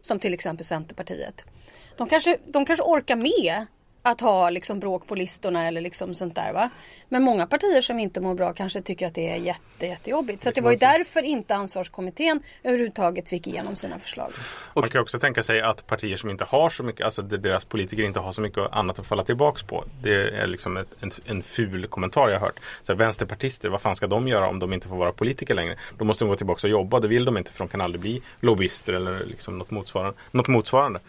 [SPEAKER 4] som till exempel Centerpartiet. De kanske, de kanske orkar med att ha liksom bråk på listorna eller liksom sånt där va. Men många partier som inte mår bra kanske tycker att det är jätte, jättejobbigt. Så att det var ju därför inte ansvarskommittén överhuvudtaget fick igenom sina förslag.
[SPEAKER 3] Man kan ju också tänka sig att partier som inte har så mycket, alltså det- deras politiker inte har så mycket annat att falla tillbaks på. Det är liksom ett, en, en ful kommentar jag har hört. Så här, vänsterpartister, vad fan ska de göra om de inte får vara politiker längre? Då måste de gå tillbaka och jobba, det vill de inte för de kan aldrig bli lobbyister eller liksom något motsvarande. Något motsvarande.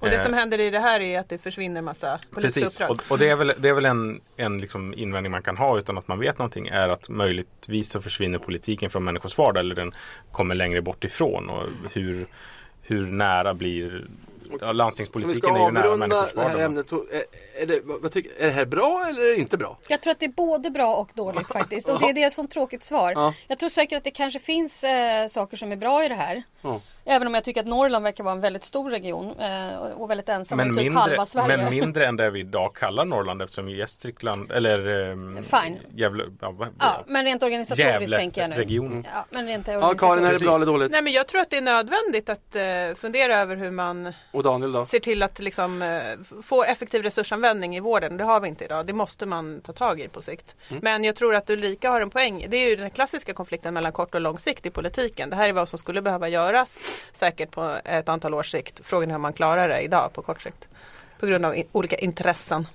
[SPEAKER 5] Och det
[SPEAKER 3] Eh,
[SPEAKER 5] som händer i det här är att det försvinner massa politiska
[SPEAKER 3] Precis,
[SPEAKER 5] uppdrag.
[SPEAKER 3] och, och det är väl, det är väl en, en liksom invändning man kan ha utan att man vet någonting är att möjligtvis så försvinner politiken från människors vardag eller den kommer längre bort ifrån och hur, hur nära blir ja,
[SPEAKER 2] Om vi
[SPEAKER 3] landstingspolitiken
[SPEAKER 2] ska
[SPEAKER 3] är ju nära
[SPEAKER 2] avrunda
[SPEAKER 3] människors
[SPEAKER 2] det här
[SPEAKER 3] vardag.
[SPEAKER 2] ämnet så är, är, det, vad, vad tycker, är det här bra eller är det inte bra?
[SPEAKER 4] Jag tror att det är både bra och dåligt faktiskt. Och det är det som tråkigt svar.
[SPEAKER 2] Ja.
[SPEAKER 4] Jag tror säkert att det kanske finns eh, saker som är bra i det här.
[SPEAKER 2] Ja.
[SPEAKER 4] Även om jag tycker att Norrland verkar vara en väldigt stor region eh, och- och väldigt ensam
[SPEAKER 3] men,
[SPEAKER 4] i typ
[SPEAKER 3] mindre,
[SPEAKER 4] halva Sverige.
[SPEAKER 3] men mindre än det vi idag kallar Norrland eftersom Gästrikland eller ehm,
[SPEAKER 4] Fine.
[SPEAKER 3] Gävle, ja, vad-
[SPEAKER 4] Ja, men rent organisatoriskt tänker jag nu.
[SPEAKER 3] Gävle-regionen.
[SPEAKER 4] Ja, men rent
[SPEAKER 2] Ja Karin, är det
[SPEAKER 4] organisatoriskt.
[SPEAKER 2] bra eller dåligt?
[SPEAKER 5] Nej men jag tror att det är nödvändigt att eh, fundera över hur man
[SPEAKER 2] Och Daniel då?
[SPEAKER 5] ser till att liksom, eh, få effektiv resursanvändning i vården. Det har vi inte idag. Det måste man ta tag i på sikt.
[SPEAKER 3] Mm.
[SPEAKER 5] Men jag tror att Ulrika har en poäng. Det är ju den klassiska konflikten mellan kort och lång sikt i politiken. Det här är vad som skulle behöva göras säkert på ett antal års sikt. Frågan är hur man klarar det idag på kort sikt. På grund av i- olika intressen.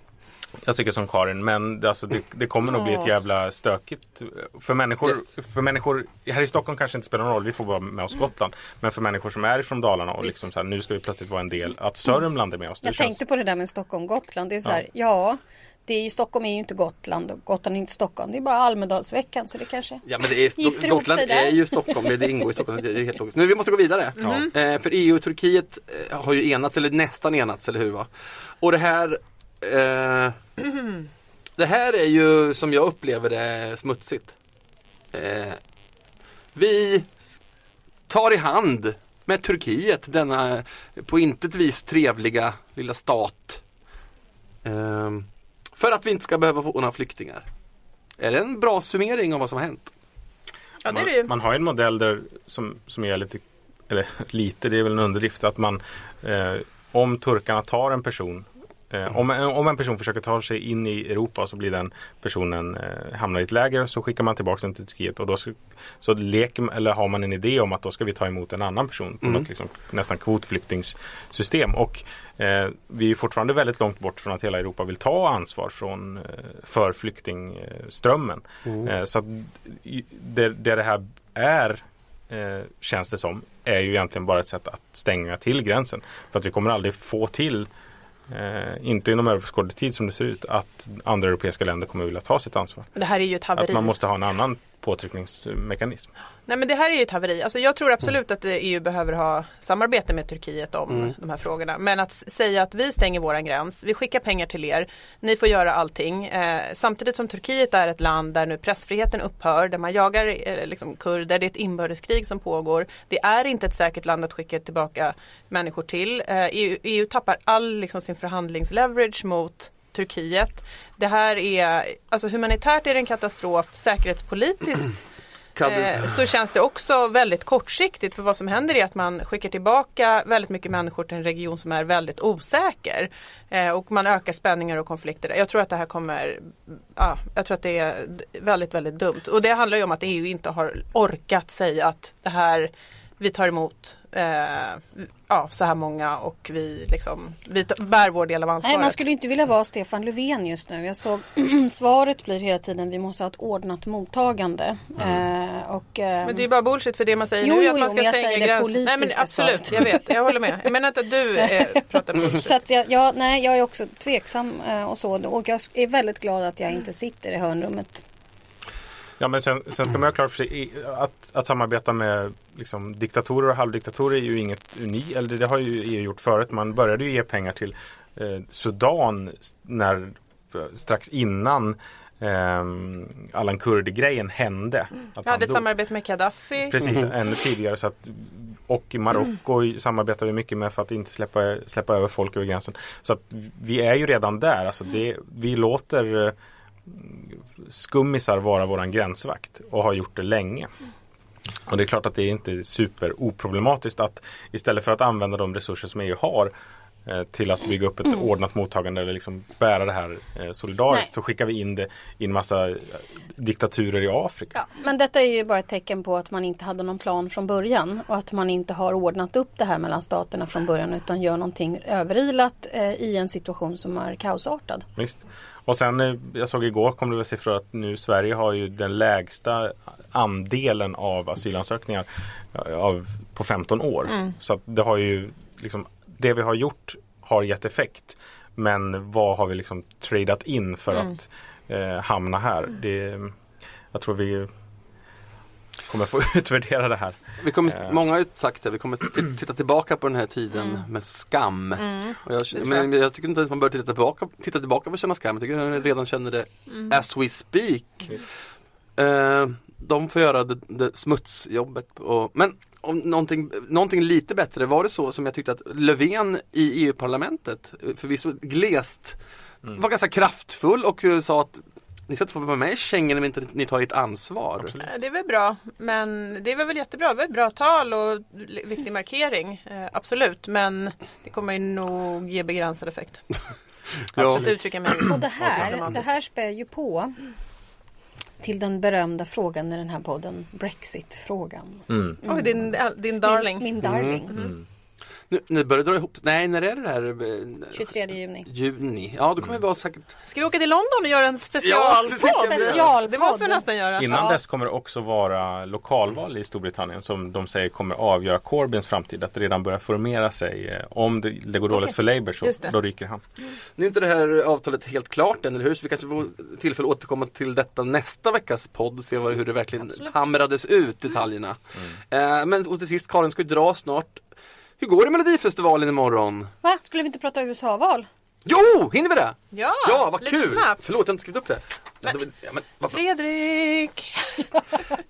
[SPEAKER 3] Jag tycker som Karin men det, alltså, det, det kommer nog bli ett jävla stökigt för människor,
[SPEAKER 2] Yes.
[SPEAKER 3] för människor Här i Stockholm kanske inte spelar någon roll, vi får vara med oss Gotland Men för människor som är ifrån Dalarna och liksom så här, nu ska vi plötsligt vara en del Att Sörmland är med oss, det
[SPEAKER 4] Jag tänkte på det där med Stockholm-Gotland. Det är så här, ja, det är ju, Stockholm är ju inte Gotland och Gotland är inte Stockholm. Det är bara Almedalsveckan så det kanske...
[SPEAKER 2] Ja men det är,
[SPEAKER 4] Gifter
[SPEAKER 2] Sto-
[SPEAKER 4] ihop
[SPEAKER 2] Gotland
[SPEAKER 4] sig där.
[SPEAKER 2] är ju Stockholm, det- det ingår i Stockholm, det det är helt logiskt. Nu vi måste gå vidare. Eh, för EU och Turkiet eh, har ju enats, eller nästan enats, eller hur va? Och det här eh, Det här är ju som jag upplever det smutsigt. Eh, vi s- tar i hand med Turkiet, denna på intet vis trevliga lilla stat. Ehm, för att vi inte ska behöva få några flyktingar. Är det en bra summering av vad som har hänt?
[SPEAKER 5] Ja det är
[SPEAKER 3] man,
[SPEAKER 5] det ju.
[SPEAKER 3] man har ju en modell där som, som är lite Eller lite, det är väl en underdrift att man eh, Om turkarna tar en person Eh, om, en- om en person försöker ta sig in i Europa så blir den personen eh, hamnar i ett läger så skickar man tillbaka den till Turkiet och då så, så leker, eller har man en idé om att då ska vi ta emot en annan person på
[SPEAKER 2] Mm.
[SPEAKER 3] något liksom, nästan kvotflyktingssystem. Och eh, vi är ju fortfarande väldigt långt bort från att hela Europa vill ta ansvar från, eh, för flyktingströmmen. Eh, Så att i- det, det det här är eh, känns det som är ju egentligen bara ett sätt att stänga till gränsen. För att vi kommer aldrig få till eh, inte inom överskådlig tid som det ser ut att andra europeiska länder kommer vilja ta sitt ansvar.
[SPEAKER 5] Det här är ju ett haveri.
[SPEAKER 3] Att man måste ha en annan påtryckningsmekanism.
[SPEAKER 5] Nej men det här är ju ett haveri. Alltså, jag tror absolut att eh, EU behöver ha samarbete med Turkiet om de här frågorna. Men att s- säga att vi stänger våran gräns, vi skickar pengar till er, ni får göra allting. Eh, samtidigt som Turkiet är ett land där nu pressfriheten upphör, där man jagar eh, liksom, kurder, det är ett inbördeskrig som pågår. Det är inte ett säkert land att skicka tillbaka människor till. Eh, EU, EU tappar all liksom, sin förhandlingsleverage mot Turkiet. Det här är, alltså humanitärt är det en katastrof, säkerhetspolitiskt
[SPEAKER 2] Kan du...
[SPEAKER 5] Eh, så känns det också väldigt kortsiktigt för vad som händer är att man skickar tillbaka väldigt mycket människor till en region som är väldigt osäker. Eh, och man ökar spänningar och konflikter. Jag tror att det här kommer, ja, jag tror att det är d- väldigt, väldigt dumt. Och det handlar ju om att EU inte har orkat säga att det här, vi tar emot eh, ja, så här många och vi, liksom, vi t- bär vår del av ansvaret.
[SPEAKER 4] Nej, man skulle inte vilja vara Stefan Löfven just nu. Jag såg svaret blir hela tiden vi måste ha ett ordnat mottagande.
[SPEAKER 2] Mm.
[SPEAKER 4] Eh, och, ehm,
[SPEAKER 5] Men det är ju bara bullshit för det man säger
[SPEAKER 4] Jo,
[SPEAKER 5] nu är
[SPEAKER 4] jo,
[SPEAKER 5] att man
[SPEAKER 4] jo,
[SPEAKER 5] ska
[SPEAKER 4] men jag
[SPEAKER 5] stänga
[SPEAKER 4] säger det
[SPEAKER 5] gränsen. Nej men
[SPEAKER 4] politiska Mm.
[SPEAKER 5] absolut,
[SPEAKER 4] svaret.
[SPEAKER 5] jag vet, jag håller med. Jag menar inte att du eh, pratar bullshit.
[SPEAKER 4] Så att jag, jag, nej, jag är också tveksam eh, och så. Och jag är väldigt glad att jag inte sitter i hörnrummet.
[SPEAKER 3] Ja men sen, sen ska man ha klart för sig i- att, att samarbeta med liksom, diktatorer och halvdiktatorer är ju inget unikt. Eller det har ju EU gjort förut. Man började ju ge pengar till eh, Sudan s- när, strax innan ehm, Allan Kurdi-grejen hände. Att
[SPEAKER 5] Mm. Jag
[SPEAKER 3] han
[SPEAKER 5] hade ett
[SPEAKER 3] dog.
[SPEAKER 5] samarbete med Gaddafi.
[SPEAKER 3] Precis, ännu tidigare. Så att, och i Marocko samarbetar vi mycket med för att inte släppa, släppa över folk över gränsen. Så att vi är ju redan där. Alltså det, vi låter eh, skummisar vara våran gränsvakt och har gjort det länge. Och det är klart att det är inte super oproblematiskt att istället för att använda de resurser som EU har eh, till att bygga upp ett ordnat mottagande eller liksom bära det här eh, solidariskt
[SPEAKER 4] Nej.
[SPEAKER 3] så skickar vi in det i en massa eh, diktaturer i Afrika.
[SPEAKER 4] Ja, men detta är ju bara ett tecken på att man inte hade någon plan från början och att man inte har ordnat upp det här mellan staterna från början utan gör någonting överilat eh, i en situation som är kaosartad.
[SPEAKER 3] Visst. Och sen, eh, jag såg igår kom det väl siffror att nu Sverige har ju den lägsta andelen av asylansökningar eh, av, på 15 år. Så att det har ju liksom, det vi har gjort har gett effekt. Men vad har vi liksom tradat in för att eh, hamna här? Det, jag tror vi kommer få utvärdera det här.
[SPEAKER 2] Vi kommer,
[SPEAKER 3] Eh.
[SPEAKER 2] Många har ju sagt det, vi kommer t- titta tillbaka på den här tiden
[SPEAKER 5] Mm.
[SPEAKER 2] med skam. Och jag, men jag tycker inte att man bör titta tillbaka, titta tillbaka för att känna skam. Jag tycker att man redan känner det
[SPEAKER 5] Mm.
[SPEAKER 2] as we speak. Eh, de får göra det, det smutsjobbet. Och, men om någonting, någonting lite bättre, var det så som jag tyckte att Löfven i EU-parlamentet, förvisso glest, var ganska kraftfull och eh, sa att ni ska inte få vara med i Schengen om inte ni tar ert ansvar.
[SPEAKER 5] Eh, Det är väl bra, men det var väl jättebra. Det var ett bra tal och li- viktig markering. Eh, absolut, men det kommer ju nog ge begränsad effekt.
[SPEAKER 2] Ja.
[SPEAKER 5] Så att uttrycka mig.
[SPEAKER 4] Och det här, det här spär ju på till den berömda frågan i den här podden, Brexit-frågan.
[SPEAKER 5] Oj, din, din darling.
[SPEAKER 4] Mm. Min, min darling,
[SPEAKER 2] Nu, nu börjar det dra ihop Nej, när är det här? eh,
[SPEAKER 4] 23 juni.
[SPEAKER 2] Juni. Ja, då kommer det vara säkert.
[SPEAKER 5] Ska vi åka till London och göra en specialpodd?
[SPEAKER 2] precis, jag blir-
[SPEAKER 4] Specialpodd.
[SPEAKER 5] Det måste vi nästan göra.
[SPEAKER 3] Innan
[SPEAKER 5] Ja.
[SPEAKER 3] dess kommer det också vara lokalval i Storbritannien som de säger kommer avgöra Corbyns framtid. Att det redan börjar formera sig. eh, Om det, det går dåligt
[SPEAKER 5] Okej.
[SPEAKER 3] för Labour så
[SPEAKER 5] Just det.
[SPEAKER 3] då ryker han.
[SPEAKER 2] Nu är inte det här avtalet helt klart än, eller hur? Så vi kanske får tillfälle att återkomma till detta nästa veckas podd. Se vad, hur det verkligen hamrades ut, detaljerna. Eh, men och till sist, Karin ska ju dra snart. Hur går det med Melodifestivalen imorgon?
[SPEAKER 4] Va? Skulle vi inte prata USA-val?
[SPEAKER 2] Jo, hinner vi det?
[SPEAKER 5] Ja,
[SPEAKER 2] ja vad
[SPEAKER 5] lite
[SPEAKER 2] kul!
[SPEAKER 5] snabbt.
[SPEAKER 2] Förlåt, jag har inte skrivit upp det. Ja, men, vad fan.
[SPEAKER 5] Fredrik!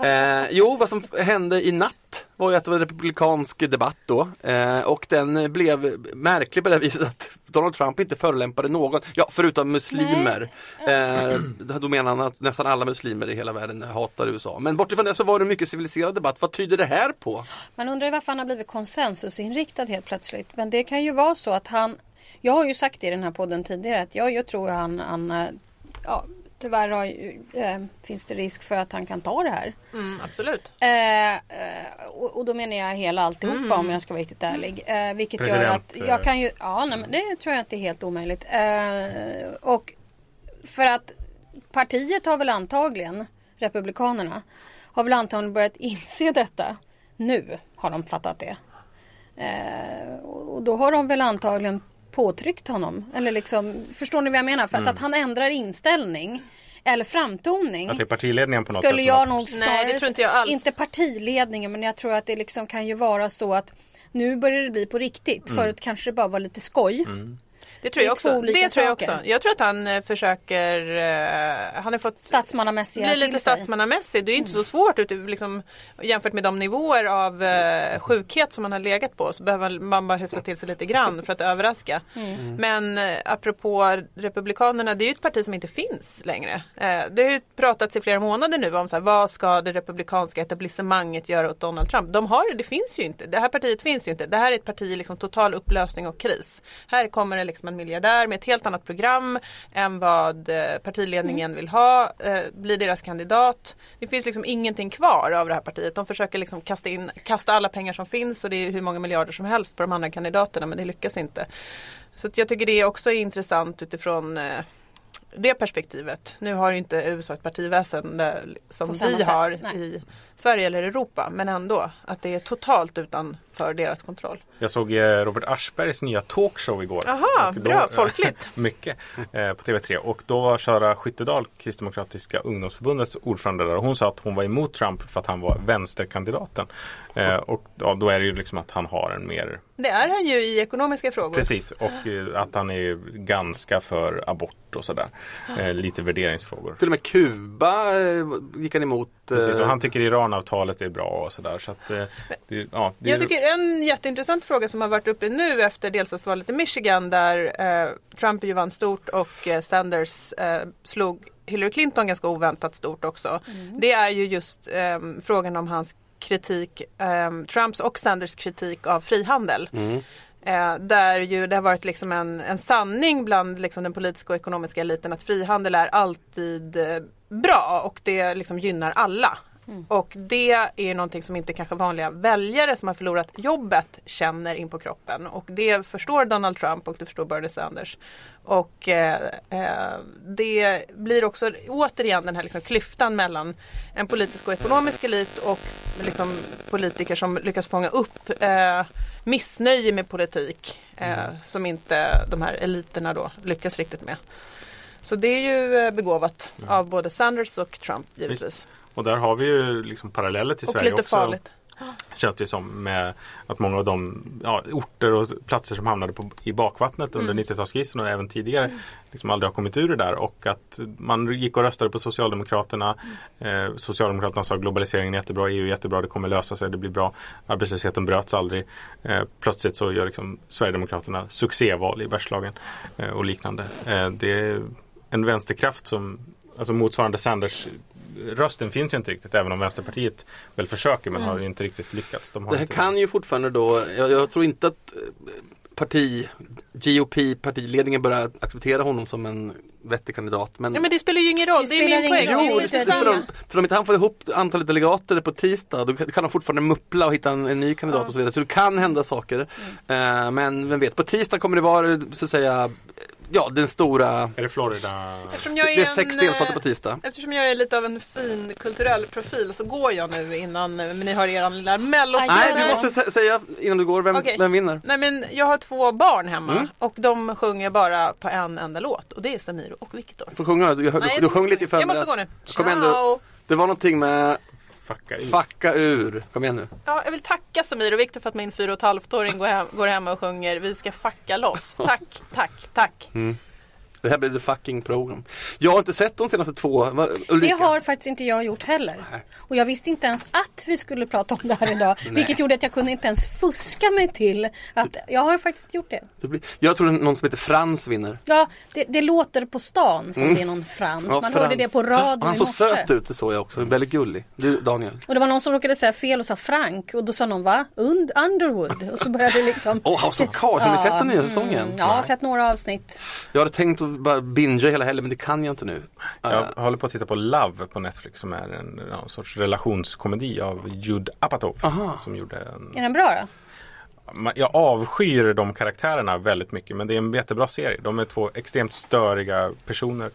[SPEAKER 2] Eh, jo, vad som hände i natt var ju att det var en republikansk debatt då eh, och den blev märklig på det viset att Donald Trump inte förolämpade någon, ja förutom muslimer. Eh, då menar han att nästan alla muslimer i hela världen hatar USA. Men bortifrån det så var det en mycket civiliserad debatt. Vad tyder det här på?
[SPEAKER 4] Man undrar ju varför han har blivit konsensusinriktad helt plötsligt. Men det kan ju vara så att han Jag har ju sagt i den här podden tidigare att jag, jag tror han, han eh, ja, tyvärr har, ju- eh, finns det risk för att han kan ta det här.
[SPEAKER 5] Mm, absolut.
[SPEAKER 4] Eh, eh, och, och då menar jag hela alltihopa om jag ska vara riktigt ärlig. Eh, vilket gör
[SPEAKER 3] Mm. President,
[SPEAKER 4] att
[SPEAKER 3] eh.
[SPEAKER 4] jag kan ju, ja nej, men det tror jag inte är helt omöjligt. Eh, och för att partiet har väl antagligen, Republikanerna, har väl antagligen börjat inse detta. Nu har de fattat det. Eh, och och då har de väl antagligen påtryckt honom. Eller liksom, förstår ni vad jag menar? För att, att han ändrar inställning eller framtoning
[SPEAKER 3] Mm. Att det är partiledningen på något
[SPEAKER 4] skulle
[SPEAKER 3] sätt som
[SPEAKER 4] jag
[SPEAKER 3] har-
[SPEAKER 4] nog
[SPEAKER 5] det
[SPEAKER 4] snarare
[SPEAKER 5] tror inte jag alls.
[SPEAKER 4] inte partiledningen men jag tror att det liksom kan ju vara så att nu börjar det bli på riktigt.
[SPEAKER 2] Mm.
[SPEAKER 4] Förut kanske det bara var lite skoj.
[SPEAKER 5] Det tror
[SPEAKER 4] Det är
[SPEAKER 5] jag
[SPEAKER 4] två
[SPEAKER 5] också.
[SPEAKER 4] olika
[SPEAKER 5] Det tror jag
[SPEAKER 4] saker.
[SPEAKER 5] också. Jag tror att han eh, försöker, eh, han har fått
[SPEAKER 4] Statsmannamässiga
[SPEAKER 5] bli lite
[SPEAKER 4] till sig. Mm.
[SPEAKER 5] statsmannamässig. Det är ju inte så svårt ut, liksom, jämfört med de nivåer av eh, sjukhet som man har legat på. Så behöver man bara hyfsa till sig lite grann för att överraska.
[SPEAKER 4] Mm.
[SPEAKER 5] Men eh, apropå Republikanerna, det är ju ett parti som inte finns längre. Eh, det har ju pratats i flera månader nu om så här, vad ska det republikanska etablissemanget göra åt Donald Trump? De har det, det finns ju inte. Det här partiet finns ju inte. Det här är ett parti i liksom, total upplösning och kris. Här kommer det liksom en miljardär med ett helt annat program än vad eh,
[SPEAKER 4] Mm.
[SPEAKER 5] partiledningen vill ha, eh, blir deras kandidat. Det finns liksom ingenting kvar av det här partiet. De försöker liksom kasta, in, kasta alla pengar som finns och det är hur många miljarder som helst på de andra kandidaterna men det lyckas inte. Så att jag tycker det också är intressant utifrån eh, det perspektivet. Nu har ju inte USA ett partiväsen eh, som
[SPEAKER 4] På
[SPEAKER 5] vi
[SPEAKER 4] samma sätt,
[SPEAKER 5] har
[SPEAKER 4] nej.
[SPEAKER 5] i Sverige eller Europa men ändå att det är totalt utanför deras kontroll.
[SPEAKER 3] Jag såg eh, Robert Aschbergs nya talkshow igår.
[SPEAKER 5] Aha,
[SPEAKER 3] Och då-
[SPEAKER 5] bra, folkligt.
[SPEAKER 3] mycket eh, på TV3 och då var Sara Skyttedal, Kristdemokratiska ungdomsförbundets ordförande där och hon sa att hon var emot Trump för att han var vänsterkandidaten. Eh, och ja, då är det ju liksom att han har en mer,
[SPEAKER 5] Det är han ju i ekonomiska frågor.
[SPEAKER 3] precis, och eh, att han är ganska för abort och sådär. Eh, lite värderingsfrågor.
[SPEAKER 2] Till och med Kuba eh, gick han emot. eh,
[SPEAKER 3] Precis, och han tycker Iranavtalet är bra och sådär. Så att, eh, det, ja, det,
[SPEAKER 5] Jag tycker en jätteintressant fråga som har varit uppe nu efter delstatsvalet i Michigan där eh, Trump ju vann stort och eh, Sanders eh, slog Hillary Clinton ganska oväntat stort också. Det är ju just eh, frågan om hans kritik, eh, Trumps och Sanders kritik av frihandel. Eh, där ju det har varit liksom en, en sanning bland liksom den politiska och ekonomiska eliten att frihandel är alltid eh, bra och det liksom gynnar alla. Och det är någonting som inte kanske vanliga väljare som har förlorat jobbet känner in på kroppen. Och det förstår Donald Trump och det förstår Bernie Sanders. Och eh, eh, det blir också återigen den här liksom klyftan mellan en politisk och ekonomisk elit och liksom politiker som lyckas fånga upp eh, missnöje med politik eh,
[SPEAKER 2] Mm.
[SPEAKER 5] som inte de här eliterna då lyckas riktigt med. Så det är ju eh, begåvat av både Sanders och Trump givetvis.
[SPEAKER 3] Och där har vi ju liksom paralleller till
[SPEAKER 5] Och
[SPEAKER 3] Sverige
[SPEAKER 5] lite
[SPEAKER 3] också.
[SPEAKER 5] farligt.
[SPEAKER 3] Känns det ju som med att många av de ja, orter och platser som hamnade på, i bakvattnet under 90-talskrisen och även tidigare liksom aldrig har kommit ur det där och att man gick och röstade på Socialdemokraterna. Eh, Socialdemokraterna sa globaliseringen är jättebra, EU är jättebra, det kommer lösa sig, det blir bra. Arbetslösheten bröts aldrig. Eh, plötsligt så gör liksom Sverigedemokraterna succéval i Bergslagen eh, och liknande. Eh, det är en vänsterkraft som alltså motsvarande Sanders Rösten finns ju inte riktigt även om Vänsterpartiet väl försöker men har ju inte riktigt lyckats. De har
[SPEAKER 2] Det här
[SPEAKER 3] inte
[SPEAKER 2] kan ju fortfarande då, jag, jag tror inte att eh, parti, GOP, partiledningen börjar acceptera honom som en vettig kandidat. Men,
[SPEAKER 5] Ja men det spelar ju ingen roll,
[SPEAKER 4] Det
[SPEAKER 5] det, är
[SPEAKER 4] spelar
[SPEAKER 5] min poäng.
[SPEAKER 4] ingen roll.
[SPEAKER 5] Det är
[SPEAKER 2] jo,
[SPEAKER 5] ju
[SPEAKER 2] det
[SPEAKER 4] inte
[SPEAKER 2] spelar
[SPEAKER 5] samma.
[SPEAKER 2] roll. För om inte han får ihop antalet delegater på tisdag då kan de fortfarande muppla och hitta en, en ny kandidat och så vidare. Så det kan hända saker.
[SPEAKER 5] Mm.
[SPEAKER 2] Eh, men vem vet, på tisdag kommer det vara så att säga, ja den stora,
[SPEAKER 3] Är det Florida?
[SPEAKER 5] Eftersom jag
[SPEAKER 2] det
[SPEAKER 5] är
[SPEAKER 2] är sex
[SPEAKER 5] en,
[SPEAKER 2] delstater
[SPEAKER 5] eh,
[SPEAKER 2] på tisdag.
[SPEAKER 5] Eftersom jag är lite av en fin kulturell profil så går jag nu innan eh, men ni har er lilla mellosång.
[SPEAKER 2] Nej,
[SPEAKER 4] nej.
[SPEAKER 2] du måste sä- säga innan du går vem,
[SPEAKER 5] Okej.
[SPEAKER 2] vem vinner.
[SPEAKER 5] Nej men jag har två barn hemma
[SPEAKER 2] Mm.
[SPEAKER 5] och de sjunger bara på en enda låt och det är Samir och Viktor.
[SPEAKER 2] Du får sjunga, du, du,
[SPEAKER 5] Nej,
[SPEAKER 2] du
[SPEAKER 5] det-
[SPEAKER 2] sjöng lite i
[SPEAKER 5] jag
[SPEAKER 2] förmiddags.
[SPEAKER 5] måste gå nu.
[SPEAKER 2] Kom igen nu.
[SPEAKER 5] Ciao.
[SPEAKER 2] Det var någonting med
[SPEAKER 3] Fucka ut.
[SPEAKER 2] Facka ur, kom igen nu.
[SPEAKER 5] Ja, jag vill tacka Samir och Viktor för att min fyra och ett halvt-åring går, hem, går hemma och sjunger Vi ska facka loss. Tack, tack, tack.
[SPEAKER 2] Det här blir the fucking program. Jag har inte sett de senaste två. Va,
[SPEAKER 4] Det
[SPEAKER 2] Ulrika?
[SPEAKER 4] har faktiskt inte jag gjort heller.
[SPEAKER 2] Nej.
[SPEAKER 4] Och jag visste inte ens att vi skulle prata om det här idag. vilket gjorde att jag kunde inte ens fuska mig till att jag har faktiskt gjort det.
[SPEAKER 2] Det blir- Jag tror någon som heter Frans vinner.
[SPEAKER 4] Ja, det, det låter på stan som det är någon frans.
[SPEAKER 2] Mm. Ja,
[SPEAKER 4] Man hörde
[SPEAKER 2] Frans.
[SPEAKER 4] det på radio
[SPEAKER 2] Han
[SPEAKER 4] i
[SPEAKER 2] såg
[SPEAKER 4] morse.
[SPEAKER 2] söt ut, det såg jag också. Väldigt gullig. Du Daniel.
[SPEAKER 4] Och det var någon som råkade säga fel och sa Frank och då sa någon va? Und Underwood? Och så började det liksom
[SPEAKER 2] Åh, House of Cards, har ni sett den nya säsongen?
[SPEAKER 4] Ja, jag har
[SPEAKER 2] Nej.
[SPEAKER 4] sett några avsnitt.
[SPEAKER 2] Jag hade tänkt att bara bingea hela helgen men det kan jag inte nu.
[SPEAKER 3] Jag håller på att titta på Love på Netflix som är en, någon sorts relationskomedi av Judd Apatow.
[SPEAKER 2] Aha.
[SPEAKER 3] Som gjorde en,
[SPEAKER 4] Är den bra då?
[SPEAKER 3] Ma- jag avskyr de karaktärerna väldigt mycket men det är en jättebra serie. De är två extremt störiga personer.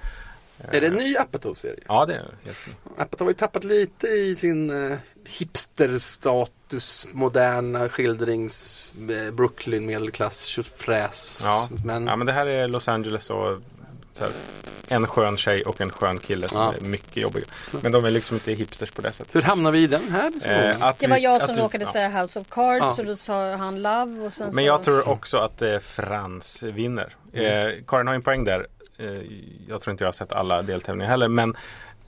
[SPEAKER 2] Är det en ny Apatow-serie?
[SPEAKER 3] Ja, det är helt
[SPEAKER 2] Apatow har ju tappat lite i sin eh, hipsterstatus, moderna skildrings, eh, Brooklyn, medelklass, tjofräs.
[SPEAKER 3] ja.
[SPEAKER 2] Men,
[SPEAKER 3] ja, men det här är Los Angeles och så här, en skön tjej och en skön kille som
[SPEAKER 2] Ja.
[SPEAKER 3] är mycket jobbiga. Men de är liksom inte hipsters på det sättet.
[SPEAKER 2] hur hamnar vi i den här diskussionen?
[SPEAKER 3] Eh, att
[SPEAKER 4] Det var
[SPEAKER 3] vi-
[SPEAKER 4] jag
[SPEAKER 3] att
[SPEAKER 4] som
[SPEAKER 3] vi-
[SPEAKER 4] råkade
[SPEAKER 3] ja.
[SPEAKER 4] säga House of Cards
[SPEAKER 2] Ja.
[SPEAKER 4] och då sa han Love och sen
[SPEAKER 3] Men
[SPEAKER 4] så...
[SPEAKER 3] jag tror också att eh, Frans vinner. Eh, Karin har ju en poäng där. Eh, jag tror inte jag har sett alla deltävlingar heller men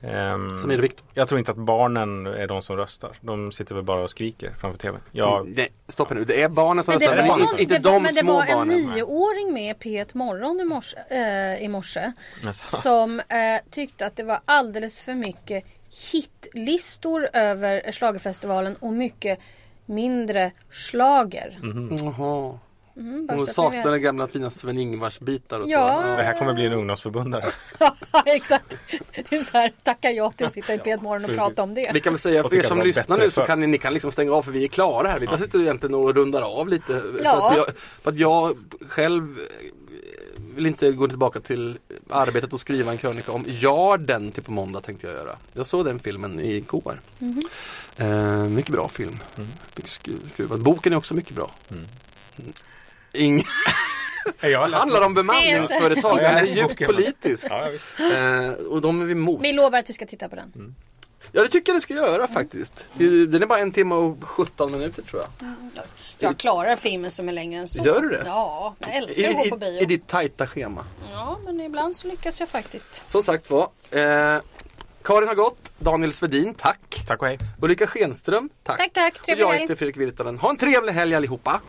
[SPEAKER 3] ehm,
[SPEAKER 2] Samir och Viktor.
[SPEAKER 3] jag tror inte att barnen är de som röstar. De sitter väl bara och skriker framför tvn. Jag,
[SPEAKER 2] Nej, stoppa nu. Det är barnen som
[SPEAKER 4] Men det
[SPEAKER 2] röstar.
[SPEAKER 4] var,
[SPEAKER 2] Det är
[SPEAKER 4] någon,
[SPEAKER 2] inte, inte
[SPEAKER 4] det,
[SPEAKER 2] de
[SPEAKER 4] men det
[SPEAKER 2] små
[SPEAKER 4] var en
[SPEAKER 2] barnen.
[SPEAKER 4] nioåring med i P1 Morgon i morse, eh, i morse
[SPEAKER 3] Mm.
[SPEAKER 4] som eh, tyckte att det var alldeles för mycket hitlistor över schlagerfestivalen och mycket mindre schlager.
[SPEAKER 2] Jaha.
[SPEAKER 4] Mm, bara
[SPEAKER 2] Hon
[SPEAKER 4] så att ni
[SPEAKER 2] saknar den
[SPEAKER 4] vet.
[SPEAKER 2] gamla fina Sven-Ingvars-bitar och så.
[SPEAKER 4] Ja.
[SPEAKER 3] det här kommer bli en ungdomsförbundare.
[SPEAKER 4] Ja, exakt. Det är så här, tackar jag till att sitta i P1 Morgon och
[SPEAKER 3] precis.
[SPEAKER 4] prata om det.
[SPEAKER 2] Vi kan väl säga
[SPEAKER 3] Och
[SPEAKER 2] för er
[SPEAKER 3] tycka
[SPEAKER 2] som
[SPEAKER 3] det var
[SPEAKER 2] lyssnar
[SPEAKER 3] bättre
[SPEAKER 2] nu så
[SPEAKER 3] förr.
[SPEAKER 2] kan ni, ni kan liksom stänga av för vi är klara här. Vi bara sitter egentligen och rundar av lite.
[SPEAKER 4] Ja.
[SPEAKER 2] För, att jag, för att jag själv eh, vill inte gå tillbaka till arbetet och skriva en krönika om Jarden till på måndag tänkte jag göra. Jag såg den filmen igår. Eh, mycket bra film.
[SPEAKER 3] Mm.
[SPEAKER 2] Mycket skru- skruvad. Boken är också mycket bra. Mm. Ing-
[SPEAKER 3] Jag har läst-
[SPEAKER 2] handlar om bemanningsföretag. Den är djupt politisk.
[SPEAKER 3] Ja, visst.
[SPEAKER 2] Eh, och de är vi emot.
[SPEAKER 4] Vi lovar att vi ska titta på den.
[SPEAKER 2] Mm. Ja det tycker jag det ska göra faktiskt. Det- Den är bara en timme och 17 minuter tror jag.
[SPEAKER 4] Jag klarar filmen som är längre än så.
[SPEAKER 2] Gör du det?
[SPEAKER 4] Ja, jag
[SPEAKER 2] I,
[SPEAKER 4] älskar att gå på
[SPEAKER 2] i,
[SPEAKER 4] bio.
[SPEAKER 2] I ditt tajta schema.
[SPEAKER 4] Ja, men ibland så lyckas jag faktiskt.
[SPEAKER 2] Som sagt var. Eh, Karin har gått. Daniel Svedin, tack.
[SPEAKER 3] Tack och hej.
[SPEAKER 2] Ulrika Schenström, tack.
[SPEAKER 4] Tack, tack.
[SPEAKER 2] Och
[SPEAKER 4] Trevlig
[SPEAKER 2] jag
[SPEAKER 4] helg.
[SPEAKER 2] heter Fredrik Virtanen. Ha en trevlig helg allihopa.